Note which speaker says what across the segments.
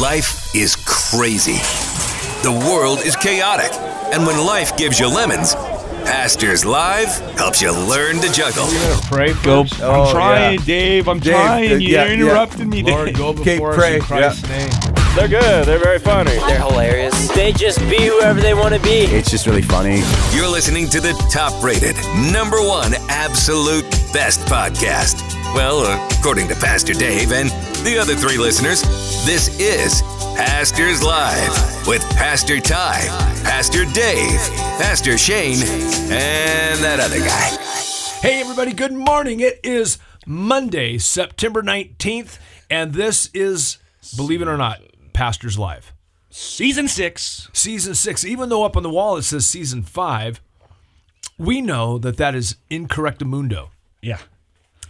Speaker 1: Life is crazy. The world is chaotic. And when life gives you lemons, Pastors Live helps you learn to juggle.
Speaker 2: Pray, go.
Speaker 3: Oh,
Speaker 2: I'm trying,
Speaker 3: yeah.
Speaker 2: Dave. I'm
Speaker 3: Dave,
Speaker 2: trying.
Speaker 3: uh,
Speaker 2: You're
Speaker 3: yeah, yeah.
Speaker 2: interrupting me,
Speaker 4: Lord,
Speaker 2: Dave.
Speaker 4: go
Speaker 3: Okay,
Speaker 4: before us
Speaker 3: pray,
Speaker 4: in Christ's name.
Speaker 2: They're good. They're very funny.
Speaker 5: They're hilarious. They just be whoever they want to be.
Speaker 3: It's just really funny.
Speaker 1: You're listening to the top rated, number one, absolute best podcast. Well, according to Pastor Dave and the other three listeners, this is Pastors Live with Pastor Ty, Pastor Dave, Pastor Shane, and that other guy.
Speaker 4: Hey, everybody, good morning. It is Monday, September 19th, and this is, believe it or not, Pastors Live.
Speaker 2: Season six.
Speaker 4: Season six, even though up on the wall it says season five, we know that that is incorrect mundo.
Speaker 2: Yeah.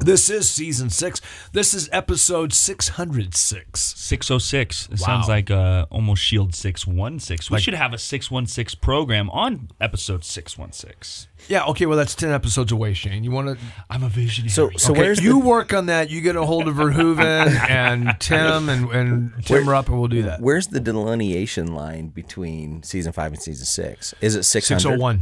Speaker 4: This is season six. This is episode 606.
Speaker 2: 606. It sounds like uh, almost Shield 616. We should have a 616 program on episode 616.
Speaker 4: Yeah, okay, well, that's 10 episodes away, Shane. You want to.
Speaker 2: I'm a visionary.
Speaker 5: So, so
Speaker 4: Okay,
Speaker 5: where's
Speaker 4: you
Speaker 5: the
Speaker 4: work on that. You get a hold of Verhoeven and Tim and, and Tim Rupp, and we'll do that.
Speaker 5: where's the delineation line between season five and season six? Is it six
Speaker 4: 601.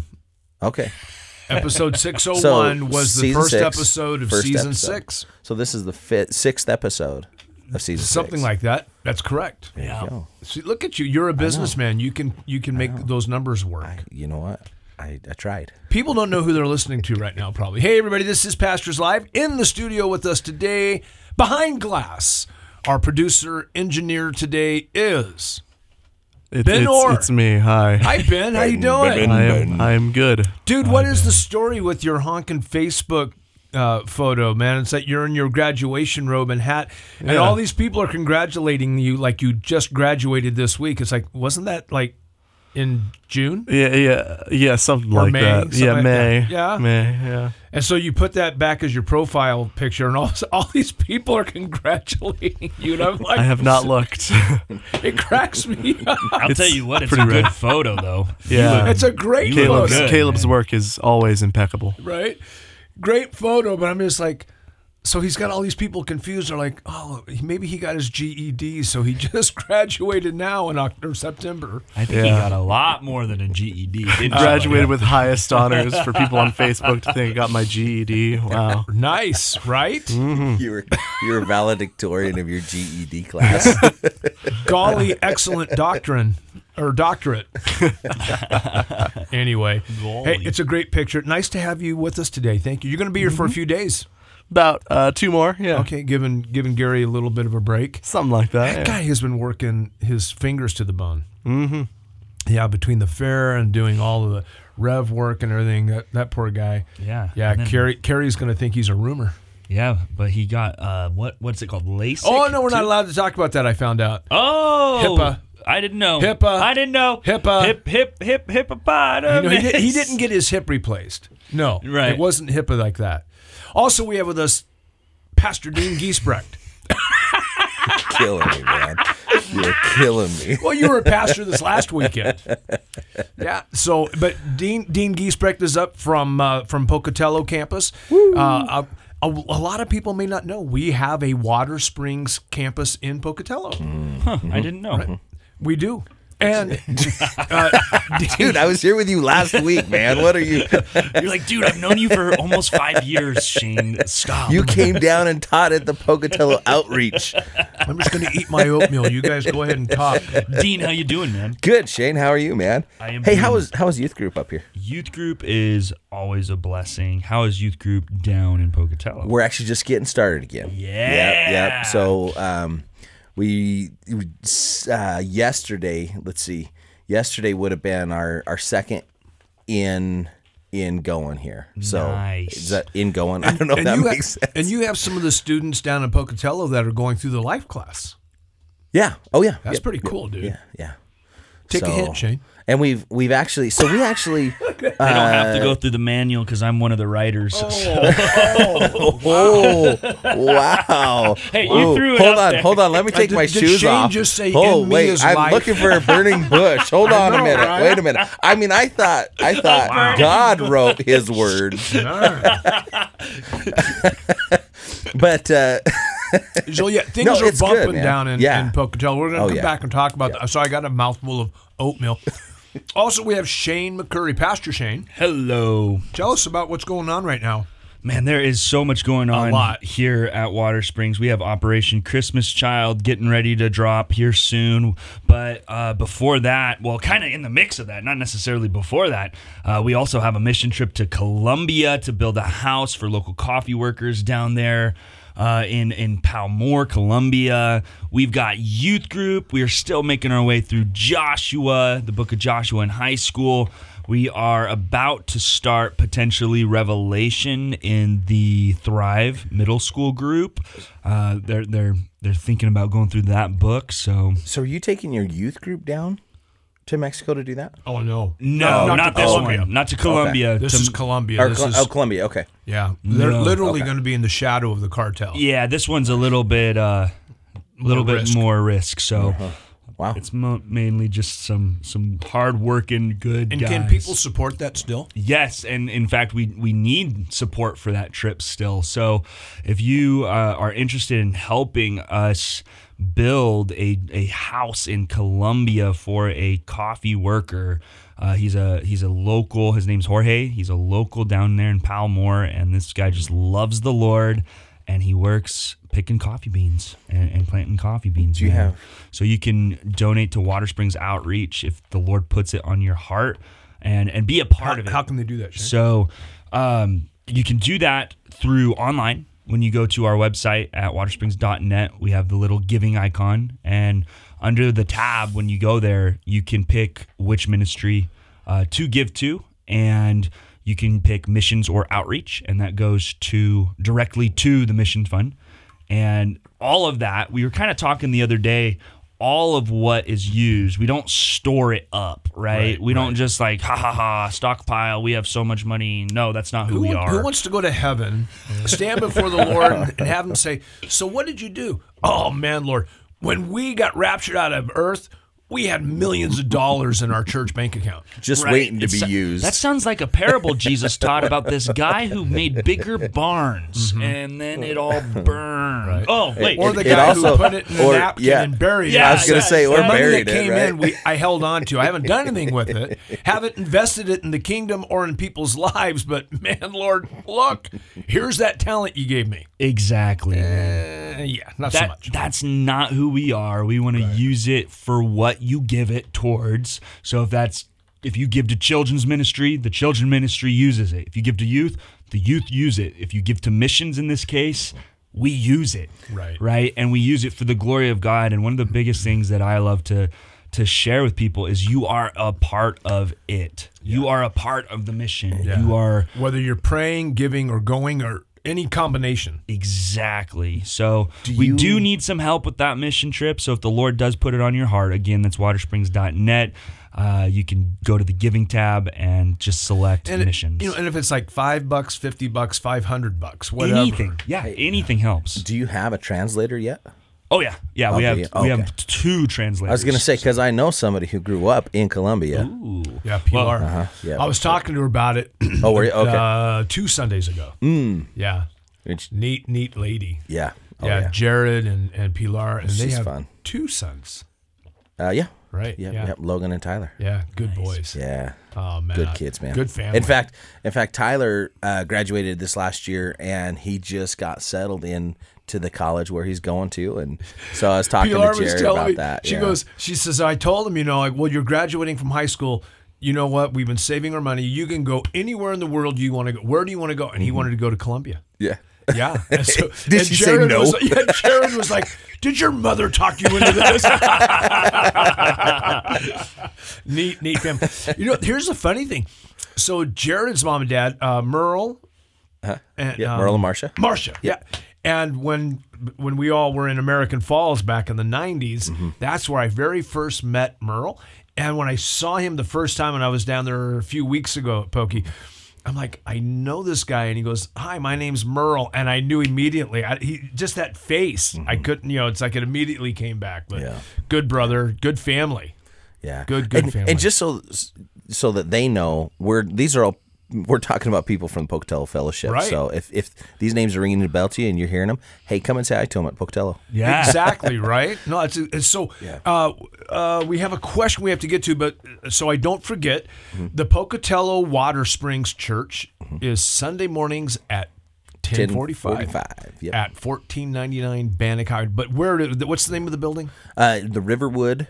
Speaker 5: Okay.
Speaker 4: Episode 601 was the
Speaker 5: season
Speaker 4: first
Speaker 5: six,
Speaker 4: episode of
Speaker 5: first
Speaker 4: season
Speaker 5: episode.
Speaker 4: six.
Speaker 5: So this is the fifth, sixth episode of season
Speaker 4: Something
Speaker 5: six.
Speaker 4: like that. That's correct.
Speaker 5: Yeah. Yo,
Speaker 4: See, look at you. You're a businessman. You can you can make those numbers work.
Speaker 5: you know what? I, I tried.
Speaker 4: People don't know who they're listening to right now, probably. Hey, everybody, this is Pastors Live in the studio with us today, behind glass. Our producer, engineer today is
Speaker 6: It,
Speaker 4: Ben
Speaker 6: it's,
Speaker 4: Orr.
Speaker 6: it's me. Hi.
Speaker 4: Hi Ben. How you doing,
Speaker 6: I am. I am good.
Speaker 4: dude? What is the story with your honking Facebook uh, photo, man? It's that you're in your graduation robe and hat, and
Speaker 6: Yeah.
Speaker 4: all these people are congratulating you like you just graduated this week. It's like, wasn't that like in June?
Speaker 6: Yeah, yeah, yeah. Something
Speaker 4: Or
Speaker 6: like
Speaker 4: May,
Speaker 6: that.
Speaker 4: something
Speaker 6: yeah,
Speaker 4: like
Speaker 6: May.
Speaker 4: that. Yeah.
Speaker 6: May. Yeah.
Speaker 4: And so you put that back as your profile picture, and all, all these people are congratulating you. And I'm like,
Speaker 6: I have not looked.
Speaker 4: it cracks me up.
Speaker 2: I'll tell you what, it's a good photo, though.
Speaker 6: yeah.
Speaker 4: It's a
Speaker 2: You
Speaker 4: great
Speaker 2: look
Speaker 6: Caleb's
Speaker 4: photo,
Speaker 2: good,
Speaker 6: Caleb's work is always impeccable.
Speaker 4: right? Great photo, but I'm just like, so he's got all these people confused. They're like, oh, maybe he got his GED, so he just graduated now in October, September.
Speaker 2: I think he
Speaker 6: Yeah.
Speaker 2: got a lot more than a GED. Didn't you?
Speaker 6: Graduated with highest honors for people on Facebook to think I got my GED. Wow.
Speaker 4: Nice, right?
Speaker 5: You were you were valedictorian of your GED class.
Speaker 4: Golly, excellent doctrine or doctorate. anyway, hey,
Speaker 2: Golly.
Speaker 4: it's a great picture. Nice to have you with us today. Thank you. You're going to be here for a few days.
Speaker 6: About uh, two more. Yeah.
Speaker 4: Okay, giving giving Gary a little bit of a break.
Speaker 6: Something like that.
Speaker 4: That
Speaker 6: yeah.
Speaker 4: guy has been working his fingers to the bone. Mm-hmm. Yeah, between the fair and doing all of the rev work and everything, that, that poor guy.
Speaker 2: Yeah.
Speaker 4: Yeah,
Speaker 2: and then-
Speaker 4: Carrie Carrie's going to think he's a rumor.
Speaker 2: Yeah, but he got uh, what? What's it called? LASIK.
Speaker 4: Oh no, we're not
Speaker 2: too?
Speaker 4: allowed to talk about that. I found out.
Speaker 2: Oh,
Speaker 4: HIPAA.
Speaker 2: I didn't know.
Speaker 4: HIPAA.
Speaker 2: I didn't know.
Speaker 4: HIPAA.
Speaker 2: Hip hip hip
Speaker 4: You
Speaker 2: hippopotamus.
Speaker 4: know, he, did, he didn't get his hip replaced. No,
Speaker 2: Right.
Speaker 4: It wasn't HIPAA like that. Also, we have with us Pastor Dean Giesbrecht.
Speaker 5: killing me, man. You were killing me.
Speaker 4: Well, you were a pastor this last weekend. Yeah. So, but Dean Dean Giesbrecht is up from uh, from Pocatello campus. Uh, a, a, a lot of people may not know we have a Water Springs campus in Pocatello.
Speaker 5: Mm.
Speaker 2: I didn't know.
Speaker 4: We do. And
Speaker 5: Dude, I was here with you last week, man. What are you?
Speaker 2: You're like, dude, I've known you for almost five years, Shane. Stop.
Speaker 5: You came down and taught at the Pocatello Outreach.
Speaker 4: I'm just going to eat my oatmeal. You guys go ahead and talk.
Speaker 2: Dean, how you doing, man?
Speaker 5: Good, Shane. How are you, man?
Speaker 2: I am
Speaker 5: Hey, how
Speaker 2: doing-
Speaker 5: was how was youth group up here?
Speaker 2: Youth group is always a blessing. How is youth group down in Pocatello?
Speaker 5: We're actually just getting started again. Yep.
Speaker 2: Yeah.
Speaker 5: Yep. So, um, we we, uh, yesterday. Let's see. Yesterday would have been our our second in in going here. So
Speaker 2: Nice.
Speaker 5: is that in going? I don't know if that
Speaker 4: you have,
Speaker 5: makes sense.
Speaker 4: and you have some of the students down in Pocatello that are going through the life class.
Speaker 5: Yeah. Oh yeah.
Speaker 4: That's
Speaker 5: Yep.
Speaker 4: pretty cool, dude.
Speaker 5: Yeah. Yeah.
Speaker 4: Take a
Speaker 5: So-
Speaker 4: hint, Shane.
Speaker 5: And we've we've actually so we actually
Speaker 2: I don't have to go through the manual because I'm one of the writers.
Speaker 5: Oh wow!
Speaker 2: Hey, you
Speaker 5: Ooh,
Speaker 2: threw it up
Speaker 5: Hold on,
Speaker 2: there.
Speaker 5: hold on. Let me
Speaker 4: Uh,
Speaker 5: take
Speaker 4: did-
Speaker 5: my
Speaker 4: did
Speaker 5: shoes
Speaker 4: Shane
Speaker 5: off.
Speaker 4: just say,
Speaker 5: oh
Speaker 4: "In me
Speaker 5: wait,
Speaker 4: is
Speaker 5: I'm
Speaker 4: life"?
Speaker 5: looking for a burning bush. Hold on a minute. Wait a minute. I mean, I thought I thought God wrote His words,
Speaker 4: All right.
Speaker 5: but uh,
Speaker 4: Joliet, things
Speaker 5: No,
Speaker 4: are
Speaker 5: it's good,
Speaker 4: bumping
Speaker 5: man.
Speaker 4: down in,
Speaker 5: Yeah.
Speaker 4: in Pocatello. We're going to
Speaker 5: Oh,
Speaker 4: come
Speaker 5: yeah.
Speaker 4: back and talk about that. So I got a mouthful of oatmeal. also, we have Shane McCurry, Pastor Shane.
Speaker 2: Hello.
Speaker 4: Tell us about what's going on right now.
Speaker 2: Man, there is so much going on
Speaker 4: lot.
Speaker 2: here at Water Springs. We have Operation Christmas Child getting ready to drop here soon. But uh, before that, well, kind of in the mix of that, not necessarily before that, uh, we also have a mission trip to Colombia to build a house for local coffee workers down there. Uh, in in Palmore, Colombia, we've got youth group. We are still making our way through Joshua, the book of Joshua in high school. We are about to start potentially Revelation in the Thrive Middle School group. Uh, they're they're they're thinking about going through that book. So
Speaker 5: So are you taking your youth group down to Mexico to do that?
Speaker 4: Oh, no.
Speaker 2: no, not,
Speaker 4: to
Speaker 2: this
Speaker 4: Colombia.
Speaker 2: one. Not to Colombia.
Speaker 4: This
Speaker 2: to-
Speaker 4: is Colombia.
Speaker 5: Or
Speaker 4: This
Speaker 5: Col-
Speaker 4: is,
Speaker 5: oh, Colombia. Okay.
Speaker 4: yeah. They're literally going to be in the shadow of the cartel.
Speaker 2: yeah. This one's a little bit a uh, little
Speaker 4: More
Speaker 2: bit
Speaker 4: risk.
Speaker 2: more risk. So
Speaker 5: Wow.
Speaker 2: it's mo- mainly just some some hard working good
Speaker 4: And
Speaker 2: guys.
Speaker 4: can people support that still?
Speaker 2: Yes, and in fact, we we need support for that trip still. So, if you uh, are interested in helping us build a, a house in Colombia for a coffee worker, uh, he's a he's a local. His name's Jorge. He's a local down there in Palmore, and this guy just loves the Lord, and he works picking coffee beans and, and planting coffee beans.
Speaker 5: you
Speaker 2: man.
Speaker 5: have-
Speaker 2: So you can donate to Water Springs Outreach if the Lord puts it on your heart, and and be a part
Speaker 4: How,
Speaker 2: of it.
Speaker 4: how can they do that, Shane?
Speaker 2: So um, you can do that through online. When you go to our website at watersprings.net, we have the little giving icon. And under the tab, when you go there, you can pick which ministry uh, to give to. And you can pick missions or outreach. And that goes to directly to the mission fund and all of that we were kind of talking the other day all of what is used we don't store it up right, we don't just like ha ha ha stockpile we have so much money no that's not who,
Speaker 4: Who,
Speaker 2: we
Speaker 4: want- who
Speaker 2: are
Speaker 4: wants to go to heaven, stand before the Lord, and have Him say, So, what did you do? Oh, man, Lord, when we got raptured out of earth, we had millions of dollars in our church bank account.
Speaker 5: Just
Speaker 2: Right.
Speaker 5: waiting to
Speaker 2: It's-
Speaker 5: be used.
Speaker 2: That sounds like a parable Jesus taught about this guy who made bigger barns and then it all burned. Oh, wait.
Speaker 4: Or the
Speaker 5: It
Speaker 4: guy who
Speaker 5: also-
Speaker 4: put it in a
Speaker 5: or-
Speaker 4: napkin
Speaker 5: yeah.
Speaker 4: and buried
Speaker 2: Yeah,
Speaker 4: it.
Speaker 2: I was gonna
Speaker 4: Yes,
Speaker 5: say, or
Speaker 4: the money
Speaker 5: buried
Speaker 4: that
Speaker 5: it,
Speaker 4: came
Speaker 5: right?
Speaker 4: in, we, I held on to. I haven't done anything with it. Haven't invested it in the kingdom or in people's lives. But man, Lord, look, here's that talent you gave me.
Speaker 2: Exactly. man.
Speaker 4: Eh, yeah, not so
Speaker 2: that,
Speaker 4: much.
Speaker 2: That's not who we are. We want to use it for what you give it towards. So if that's if you give to children's ministry, the children ministry uses it. If you give to youth, the youth use it. If you give to missions in this case, we use it.
Speaker 4: Right.
Speaker 2: Right? And we use it for the glory of God. And one of the biggest things that I love to to share with people is you are a part of it. You are a part of the mission. You are
Speaker 4: Whether you're praying, giving, or going, or any combination.
Speaker 2: Exactly. So we do need some help with that mission trip. So if the Lord does put it on your heart, again, that's watersprings.net. Uh, you can go to the giving tab and just select
Speaker 4: And
Speaker 2: missions.
Speaker 4: you know, and if it's like five bucks, fifty bucks, five hundred bucks, whatever.
Speaker 2: anything, yeah, anything helps.
Speaker 5: Do you have a translator yet?
Speaker 2: Oh yeah, yeah. We have
Speaker 5: Okay,
Speaker 2: we
Speaker 5: okay.
Speaker 2: have two
Speaker 5: I
Speaker 2: translators.
Speaker 5: was going to say because I know somebody who grew up in Colombia.
Speaker 4: Yeah, PR.
Speaker 5: Uh-huh. yeah,
Speaker 4: I was talking to her about it.
Speaker 5: Oh, were you? Okay.
Speaker 4: uh, two Sundays ago. Yeah.
Speaker 5: It's-
Speaker 4: Neat, neat lady.
Speaker 5: yeah. Oh,
Speaker 4: yeah,
Speaker 5: yeah.
Speaker 4: Jared and, and Pilar, and they
Speaker 5: She's
Speaker 4: have
Speaker 5: fun.
Speaker 4: two sons,
Speaker 5: Uh, yeah.
Speaker 4: right?
Speaker 5: Yeah,
Speaker 4: yeah,
Speaker 5: yeah. Logan and Tyler.
Speaker 4: Yeah, good boys.
Speaker 5: Yeah.
Speaker 4: Oh man,
Speaker 5: Good kids, man.
Speaker 4: Good family.
Speaker 5: In fact, in fact, Tyler uh, graduated this last year, and he just got settled in to the college where he's going to. And so I was talking
Speaker 4: Pilar
Speaker 5: to
Speaker 4: was
Speaker 5: Jerry
Speaker 4: telling
Speaker 5: about
Speaker 4: me.
Speaker 5: that.
Speaker 4: She
Speaker 5: yeah.
Speaker 4: goes, she says, I told him, you know, like, well, you're graduating from high school. You know what? We've been saving our money. You can go anywhere in the world you want to go. Where do you want to go? And
Speaker 5: Mm-hmm.
Speaker 4: he wanted to go to Colombia.
Speaker 5: yeah.
Speaker 4: Yeah. And so,
Speaker 5: Did
Speaker 4: and
Speaker 5: she say no?
Speaker 4: Was, yeah, Jared was like, "Did your mother talk you into this?" neat, neat family. You know, here's the funny thing. So Jared's mom and dad, uh, Merle, and
Speaker 5: Uh-huh. Yeah,
Speaker 4: um,
Speaker 5: Merle and Marcia.
Speaker 4: Marcia. Yeah. And when when we all were in American Falls back in the 90s, that's where I very first met Merle. And when I saw him the first time when I was down there a few weeks ago at Pokey, I'm like, I know this guy. And he goes, Hi, my name's Merle. And I knew immediately. I, he Just that face. I couldn't, you know, it's like it immediately came back. But
Speaker 5: Yeah.
Speaker 4: good brother, good family.
Speaker 5: Yeah.
Speaker 4: Good- good
Speaker 5: and,
Speaker 4: family.
Speaker 5: And just so so that they know, we're these are all we're talking about people from the Pocatello Fellowship.
Speaker 4: Right.
Speaker 5: So if, if these names are ringing a bell to you and you're hearing them, hey, come and say hi to them at Pocatello.
Speaker 2: Yeah.
Speaker 4: exactly right no it's, it's so uh, uh, we have a question we have to get to but uh, so i don't forget
Speaker 5: Mm-hmm.
Speaker 4: the pocatello water springs church is sunday mornings at 1045,
Speaker 5: 10:45, yep.
Speaker 4: at 1499 bannock Highway. but where do- what's the name of the building
Speaker 5: Uh, the Riverwood.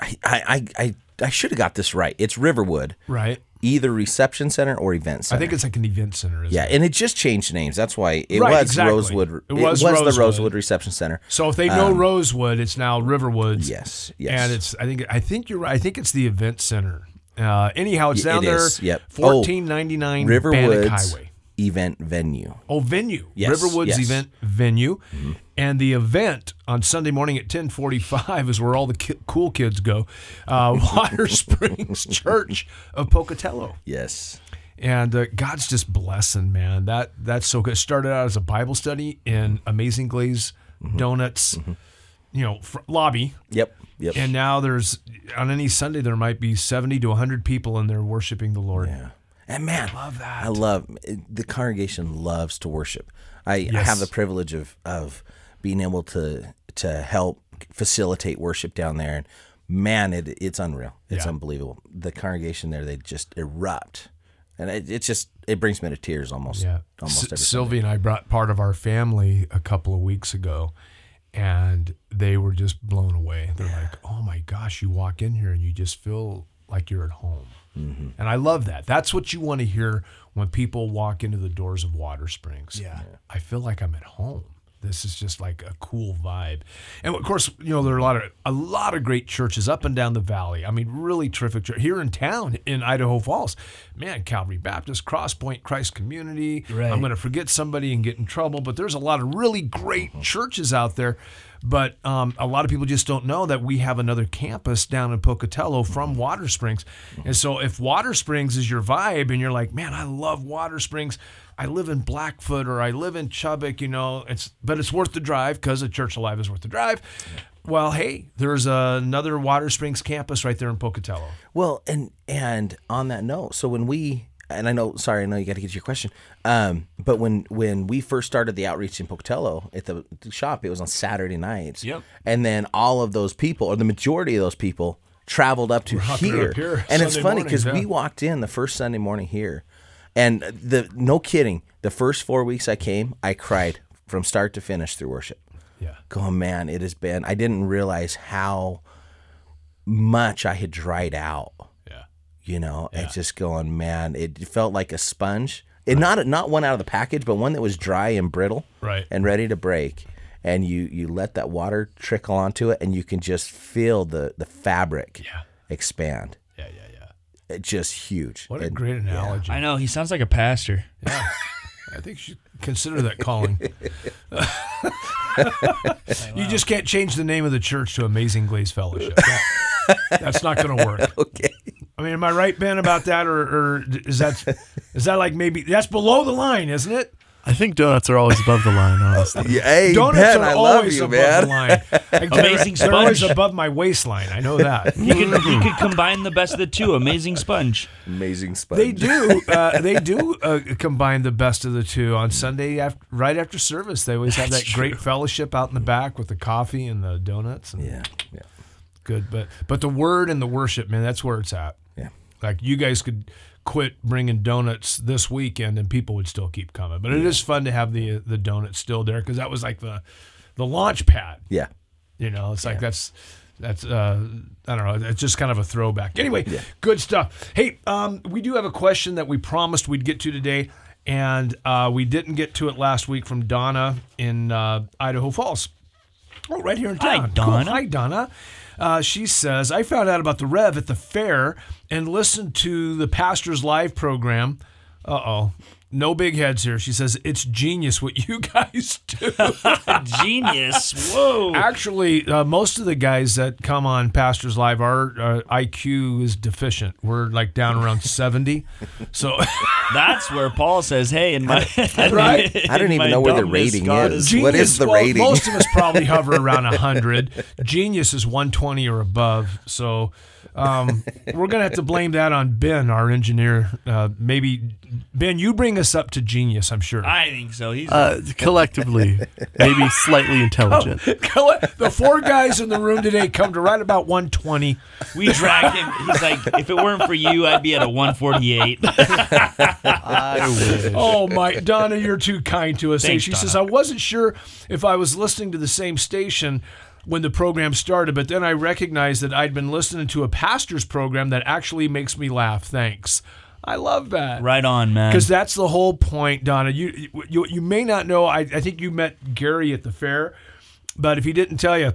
Speaker 5: I I I, I, I should have got this right. It's Riverwood,
Speaker 4: right
Speaker 5: either reception center or event
Speaker 4: i
Speaker 5: center.
Speaker 4: think it's like an event center isn't
Speaker 5: yeah,
Speaker 4: it?
Speaker 5: and it just changed names. That's why it
Speaker 4: Right,
Speaker 5: was
Speaker 4: exactly.
Speaker 5: Rosewood.
Speaker 4: It was Rosewood.
Speaker 5: the Rosewood Reception Center.
Speaker 4: so if they know rosewood it's now riverwoods
Speaker 5: Um, Yes, yes.
Speaker 4: and it's i think i think you're right i think it's the event center uh, anyhow it's
Speaker 5: Yeah,
Speaker 4: down
Speaker 5: it
Speaker 4: there
Speaker 5: is. Yep. Oh,
Speaker 4: 1499 bannock
Speaker 5: Riverwood's
Speaker 4: highway
Speaker 5: event venue.
Speaker 4: Oh, venue.
Speaker 5: Yes,
Speaker 4: Riverwoods
Speaker 5: yes.
Speaker 4: event venue. And the event on Sunday morning at 1045 is where all the ki- cool kids go. Uh, Water Springs Church of Pocatello.
Speaker 5: Yes.
Speaker 4: And uh, God's just blessing, man. That That's so good. It started out as a Bible study in Amazing Glaze
Speaker 5: Mm-hmm.
Speaker 4: Donuts, you know, fr- lobby.
Speaker 5: Yep. Yep.
Speaker 4: And now there's, on any Sunday, there might be 70 to 100 people in there worshiping the Lord.
Speaker 5: Yeah. And man, I love that. I love the congregation loves to worship. I, I have the privilege of of being able to to help facilitate worship down there and man it it's unreal. It's
Speaker 4: Yeah.
Speaker 5: unbelievable. The congregation there they just erupt. And it, it just it brings me to tears almost
Speaker 4: Yeah.
Speaker 5: almost
Speaker 4: S-
Speaker 5: every
Speaker 4: Sylvie and I brought part of our family a couple of weeks ago and they were just blown away. They're like, "Oh my gosh, you walk in here and you just feel like you're at home."
Speaker 5: Mm-hmm.
Speaker 4: And I love that. That's what you want to hear when people walk into the doors of Water Springs. Yeah. I feel like I'm at home. This is just like a cool vibe. And of course, you know, there are a lot of a lot of great churches up and down the valley. I mean, really terrific church here in town in Idaho Falls. Man, Calvary Baptist, Cross Point, Christ Community.
Speaker 2: Right.
Speaker 4: I'm going to forget somebody and get in trouble, but there's a lot of really great churches out there. But um, a lot of people just don't know that we have another campus down in Pocatello from Water Springs. And so if Water Springs is your vibe and you're like, man, I love Water Springs. I live in Blackfoot or I live in Chubbuck, you know, it's but it's worth the drive because a church alive is worth the drive. Well, hey, there's another Water Springs campus right there in Pocatello.
Speaker 5: Well, and and on that note, so when we and I know, sorry, I know you got to get to your question, um, but when when we first started the outreach in Pocatello at the shop, it was on Saturday nights.
Speaker 4: Yep.
Speaker 5: And then all of those people, or the majority of those people, traveled up to
Speaker 4: up
Speaker 5: here.
Speaker 4: here
Speaker 5: and it's funny
Speaker 4: Sunday
Speaker 5: because
Speaker 4: mornings,
Speaker 5: we
Speaker 4: yeah.
Speaker 5: walked in the first Sunday morning here, and the no kidding, the first four weeks I came, I cried from start to finish through worship.
Speaker 4: Yeah.
Speaker 5: Going, man, it has been. I didn't realize how much I had dried out
Speaker 4: Yeah.
Speaker 5: you know, and just going, man, it felt like a sponge. And not not one out of the package, but one that was dry and brittle,
Speaker 4: Right.
Speaker 5: and ready to break. And you you let that water trickle onto it, and you can just feel the the fabric expand.
Speaker 4: Yeah, yeah, yeah.
Speaker 5: It's just huge.
Speaker 4: What a
Speaker 5: And-
Speaker 4: great analogy.
Speaker 2: I know. He sounds like a pastor.
Speaker 4: I think you should consider that calling. you just can't change the name of the church to Amazing Glaze Fellowship. That- that's not going to work.
Speaker 5: Okay.
Speaker 4: I mean, am I right, Ben, about that, or, or is that is that like maybe that's below the line, isn't it?
Speaker 6: I think donuts are always above the line, honestly.
Speaker 5: Yeah, hey,
Speaker 4: Donuts
Speaker 5: Ben,
Speaker 4: are
Speaker 5: I love
Speaker 4: always
Speaker 5: you,
Speaker 4: above the
Speaker 5: man.
Speaker 4: line. Like, they're-
Speaker 2: Amazing
Speaker 4: They're always
Speaker 2: sponge.
Speaker 4: above my waistline. I know that.
Speaker 2: He could, he could combine the best of the two. Amazing sponge.
Speaker 5: Amazing sponge.
Speaker 4: They do. Uh, they do uh, combine the best of the two on Sunday after, right after service. They always have that great fellowship out in the back with the coffee and the donuts. And
Speaker 5: Yeah, yeah,
Speaker 4: good. But but the word and the worship, man, that's where it's at.
Speaker 5: yeah.
Speaker 4: Like you guys could quit bringing donuts this weekend, and people would still keep coming. But it is fun to have the the donuts still there because that was like the the launch pad.
Speaker 5: Yeah.
Speaker 4: You know, it's like that's that's uh I don't know, it's just kind of a throwback. Anyway, good stuff. Hey, um we do have a question that we promised we'd get to today and uh we didn't get to it last week from Donna in uh Idaho Falls. Oh, right here in
Speaker 2: Hi,
Speaker 4: town. Cool.
Speaker 2: Donna.
Speaker 4: Hi, Donna. Uh, she says, I found out about the Rev at the fair and listened to the pastor's live program. Uh oh. no big heads here. She says it's genius what you guys do.
Speaker 2: Genius. Whoa.
Speaker 4: Actually, uh, most of the guys that come on Pastors Live, our uh, IQ is deficient. We're like down around seventy. So
Speaker 2: That's where Paul says, "Hey, in my
Speaker 4: Right?
Speaker 2: in
Speaker 5: I don't even
Speaker 2: my
Speaker 5: know where the
Speaker 2: dumbness,
Speaker 5: rating
Speaker 2: God
Speaker 5: is.
Speaker 4: genius.
Speaker 5: What the
Speaker 4: well,
Speaker 5: rating?
Speaker 4: Most of us probably hover around hundred. Genius is one twenty or above. So. Um, we're gonna have to blame that on Ben, our engineer. Uh, maybe Ben, you bring us up to genius. I'm sure.
Speaker 2: I think so. He's
Speaker 6: Uh, collectively, maybe slightly intelligent.
Speaker 4: the four guys in the room today come to right about 120.
Speaker 2: we dragged him. He's like, if it weren't for you, I'd be at a 148.
Speaker 6: I wish.
Speaker 4: Oh my, Donna, you're too kind to us.
Speaker 2: Thanks,
Speaker 4: she
Speaker 2: Donna.
Speaker 4: says, I wasn't sure if I was listening to the same station when the program started, but then I recognized that I'd been listening to a pastor's program that actually makes me laugh. Thanks. I love that.
Speaker 2: right on, man.
Speaker 4: Because that's the whole point, Donna. You you, you may not know. I, I think you met Gary at the fair, but if he didn't tell you,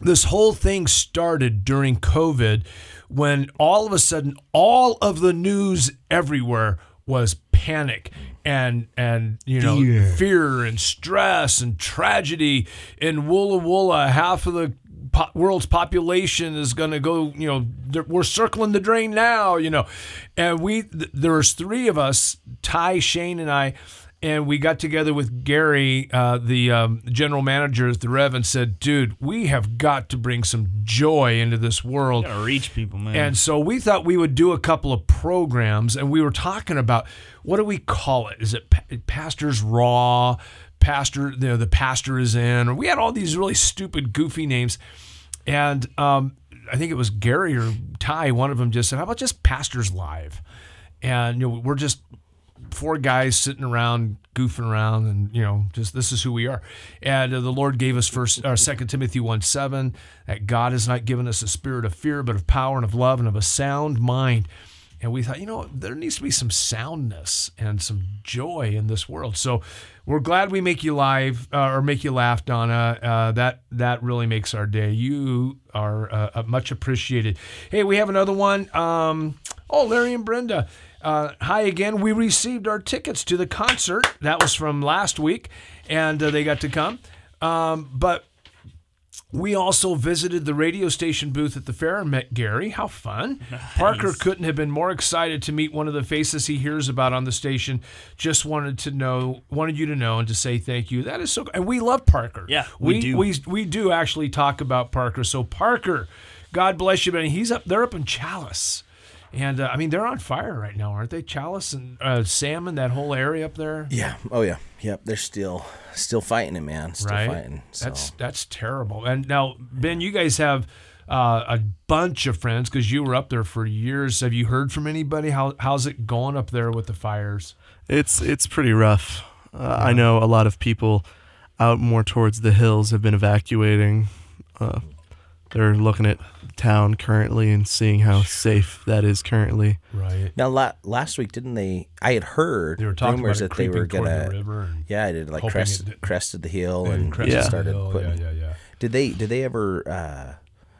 Speaker 4: this whole thing started during COVID, when all of a sudden all of the news everywhere was panic and and you know fear, and stress and tragedy and woola woola. Half of the po- world's population is going to go you know they're- we're circling the drain now you know and we th- there was three of us ty shane and i and we got together with gary uh, the um, general manager at the rev and said dude we have got to bring some joy into this world
Speaker 2: Gotta reach people, man.
Speaker 4: and so we thought we would do a couple of programs, and we were talking about what do we call it? Is it pa- Pastors Raw? Pastor, you know, the pastor is in. Or we had all these really stupid, goofy names, and um, I think it was Gary or Ty. One of them just said, "How about just Pastors Live?" And you know, we're just four guys sitting around goofing around and you know just this is who we are and uh, the lord gave us first or second timothy 1 7 that god has not given us a spirit of fear but of power and of love and of a sound mind and we thought you know there needs to be some soundness and some joy in this world so we're glad we make you live uh, or make you laugh donna uh, that that really makes our day you are uh, uh, much appreciated hey we have another one um, oh larry and brenda uh, hi again. We received our tickets to the concert. That was from last week, and uh, they got to come. Um, but we also visited the radio station booth at the fair and met Gary. How fun. Parker couldn't have been more excited to meet one of the faces he hears about on the station. Just wanted to know, wanted you to know and to say thank you. That is so and we love Parker.
Speaker 2: Yeah, we do.
Speaker 4: We we do actually talk about Parker. So Parker, God bless you, man. He's up they're up in Chalice. And uh, I mean they're on fire right now, aren't they? Chalice and uh, Salmon, that whole area up there.
Speaker 5: Yeah. Oh yeah. Yep. They're still still fighting it, man. Still
Speaker 4: right?
Speaker 5: fighting. So.
Speaker 4: That's that's terrible. And now, Ben, you guys have uh, a bunch of friends because you were up there for years. Have you heard from anybody? How how's it going up there with the fires?
Speaker 6: It's it's pretty rough. Uh, I know a lot of people out more towards the hills have been evacuating. Uh, they're looking at town currently and seeing how safe that is currently.
Speaker 4: Right.
Speaker 5: now la- last week didn't they? I had heard
Speaker 4: They were talking
Speaker 5: rumors
Speaker 4: about it
Speaker 5: that they were
Speaker 4: creeping toward
Speaker 5: gonna.
Speaker 4: the river and-
Speaker 5: Yeah, I did like
Speaker 4: hoping
Speaker 5: crest,
Speaker 4: it didn't-
Speaker 5: crested the hill and
Speaker 4: Crested
Speaker 6: Yeah.
Speaker 5: started
Speaker 4: Hill,
Speaker 5: putting.
Speaker 4: yeah, yeah, yeah.
Speaker 5: Did they did they ever uh,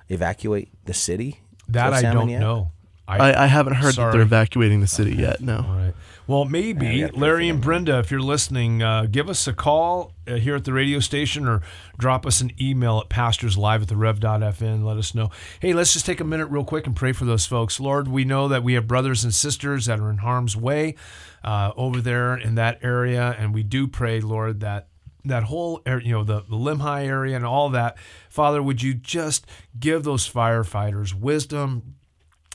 Speaker 5: evacuate the city?
Speaker 4: That
Speaker 5: of
Speaker 4: I
Speaker 5: Salmon
Speaker 4: don't
Speaker 5: yet? Oh,
Speaker 4: know.
Speaker 6: I, I haven't heard that
Speaker 4: Sorry.
Speaker 6: they're evacuating the city yet. No.
Speaker 4: All right. Well, maybe Larry and Brenda, if you're listening, uh, give us a call uh, here at the radio station or drop us an email at pastorslive at the rev.fn. Let us know. Hey, let's just take a minute real quick and pray for those folks. Lord, we know that we have brothers and sisters that are in harm's way uh, over there in that area. And we do pray, Lord, that that whole area, you know, the, the Limhi area and all that. Father, would you just give those firefighters wisdom,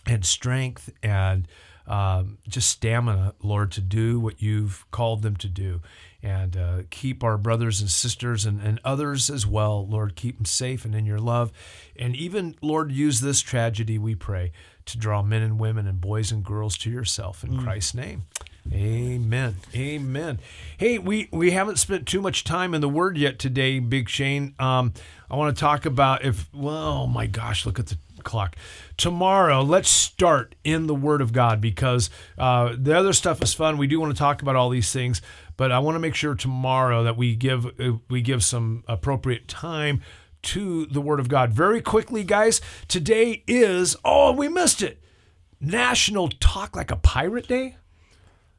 Speaker 4: and strength and um, just stamina, Lord, to do what you've called them to do. And uh, keep our brothers and sisters and, and others as well, Lord. Keep them safe and in your love. And even, Lord, use this tragedy, we pray, to draw men and women and boys and girls to yourself in Christ's name. Amen. Amen. Hey, we, we haven't spent too much time in the Word yet today, Big Shane. Um, I want to talk about if, well, oh my gosh, look at the clock. Tomorrow, let's start in the Word of God because uh, the other stuff is fun. We do want to talk about all these things, but I want to make sure tomorrow that we give uh, we give some appropriate time to the Word of God. Very quickly, guys. Today is oh, we missed it. National Talk Like a Pirate Day.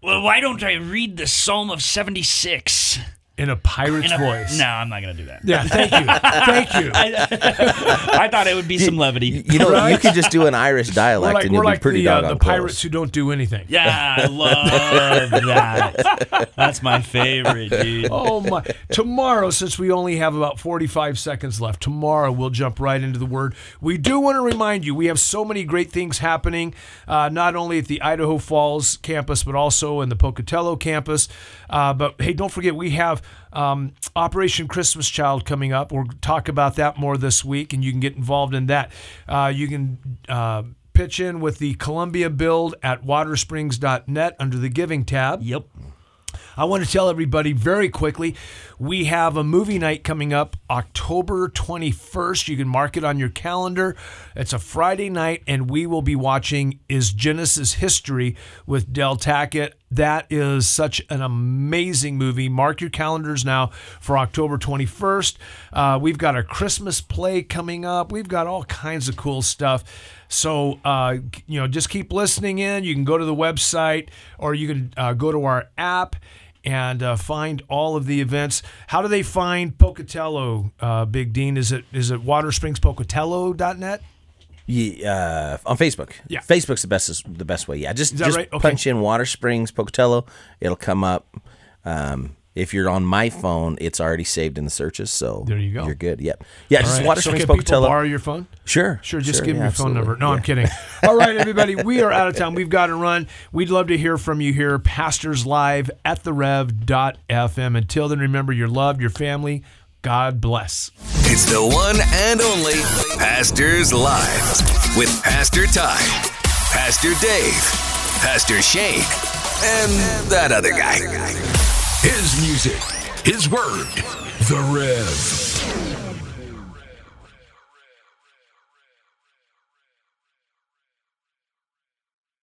Speaker 2: Well, why don't I read the Psalm of 76?
Speaker 4: in a pirate's
Speaker 2: In a-
Speaker 4: voice.
Speaker 2: No, I'm not going to do that.
Speaker 4: Yeah, thank you, thank you.
Speaker 2: I thought it would be some levity.
Speaker 5: You know, you could just do an Irish
Speaker 4: we're
Speaker 5: dialect
Speaker 4: like,
Speaker 5: and
Speaker 4: we're
Speaker 5: you'd
Speaker 4: like
Speaker 5: be pretty
Speaker 4: the, uh,
Speaker 5: doggone
Speaker 4: the
Speaker 5: close.
Speaker 4: pirates who don't do anything.
Speaker 2: Yeah, I love that. That's my favorite, dude.
Speaker 4: Oh my! Tomorrow, since we only have about forty-five seconds left, tomorrow we'll jump right into the word. We do want to remind you we have so many great things happening, uh, not only at the Idaho Falls campus but also in the Pocatello campus. Uh, but hey, don't forget we have um, Operation Christmas Child coming up. We'll talk about that more this week, and you can get involved in that. Uh, you can. Uh, Pitch in with the Columbia Build at watersprings.net under the Giving tab.
Speaker 2: Yep.
Speaker 4: I want to tell everybody very quickly we have a movie night coming up October 21st. You can mark it on your calendar. It's a Friday night, and we will be watching Is Genesis History with Del Tackett. That is such an amazing movie. Mark your calendars now for October 21st. Uh, we've got our Christmas play coming up. We've got all kinds of cool stuff. So, uh, you know, just keep listening in. You can go to the website or you can uh, go to our app and uh, find all of the events. How do they find Pocatello, uh, Big Dean? Is it is it waterspringspocatello.net?
Speaker 5: Ye- uh, on Facebook.
Speaker 4: Yeah.
Speaker 5: Facebook's the best the best way. Yeah, just
Speaker 4: that
Speaker 5: just
Speaker 4: right? Okay.
Speaker 5: punch in Water Springs Pocatello. It'll come up. Um, if you're on my phone, it's already saved in the searches. So
Speaker 4: There you go.
Speaker 5: You're good. Yep. Yeah, just
Speaker 4: Right.
Speaker 5: Water
Speaker 4: So
Speaker 5: Springs
Speaker 4: can people
Speaker 5: Pocatello.
Speaker 4: borrow your phone?
Speaker 5: sure.
Speaker 4: Sure, just
Speaker 5: sure,
Speaker 4: give me
Speaker 5: yeah,
Speaker 4: your phone
Speaker 5: absolutely.
Speaker 4: number. No,
Speaker 5: Yeah.
Speaker 4: I'm kidding. All right, everybody, we are out of time. We've got to run. We'd love to hear from you here, Pastors Live at the Rev.fm. Until then, remember your love, your family. God bless.
Speaker 1: It's the one and only Pastors Live with Pastor Ty, Pastor Dave, Pastor Shane, and that other guy.
Speaker 3: His music, his word, the Rev.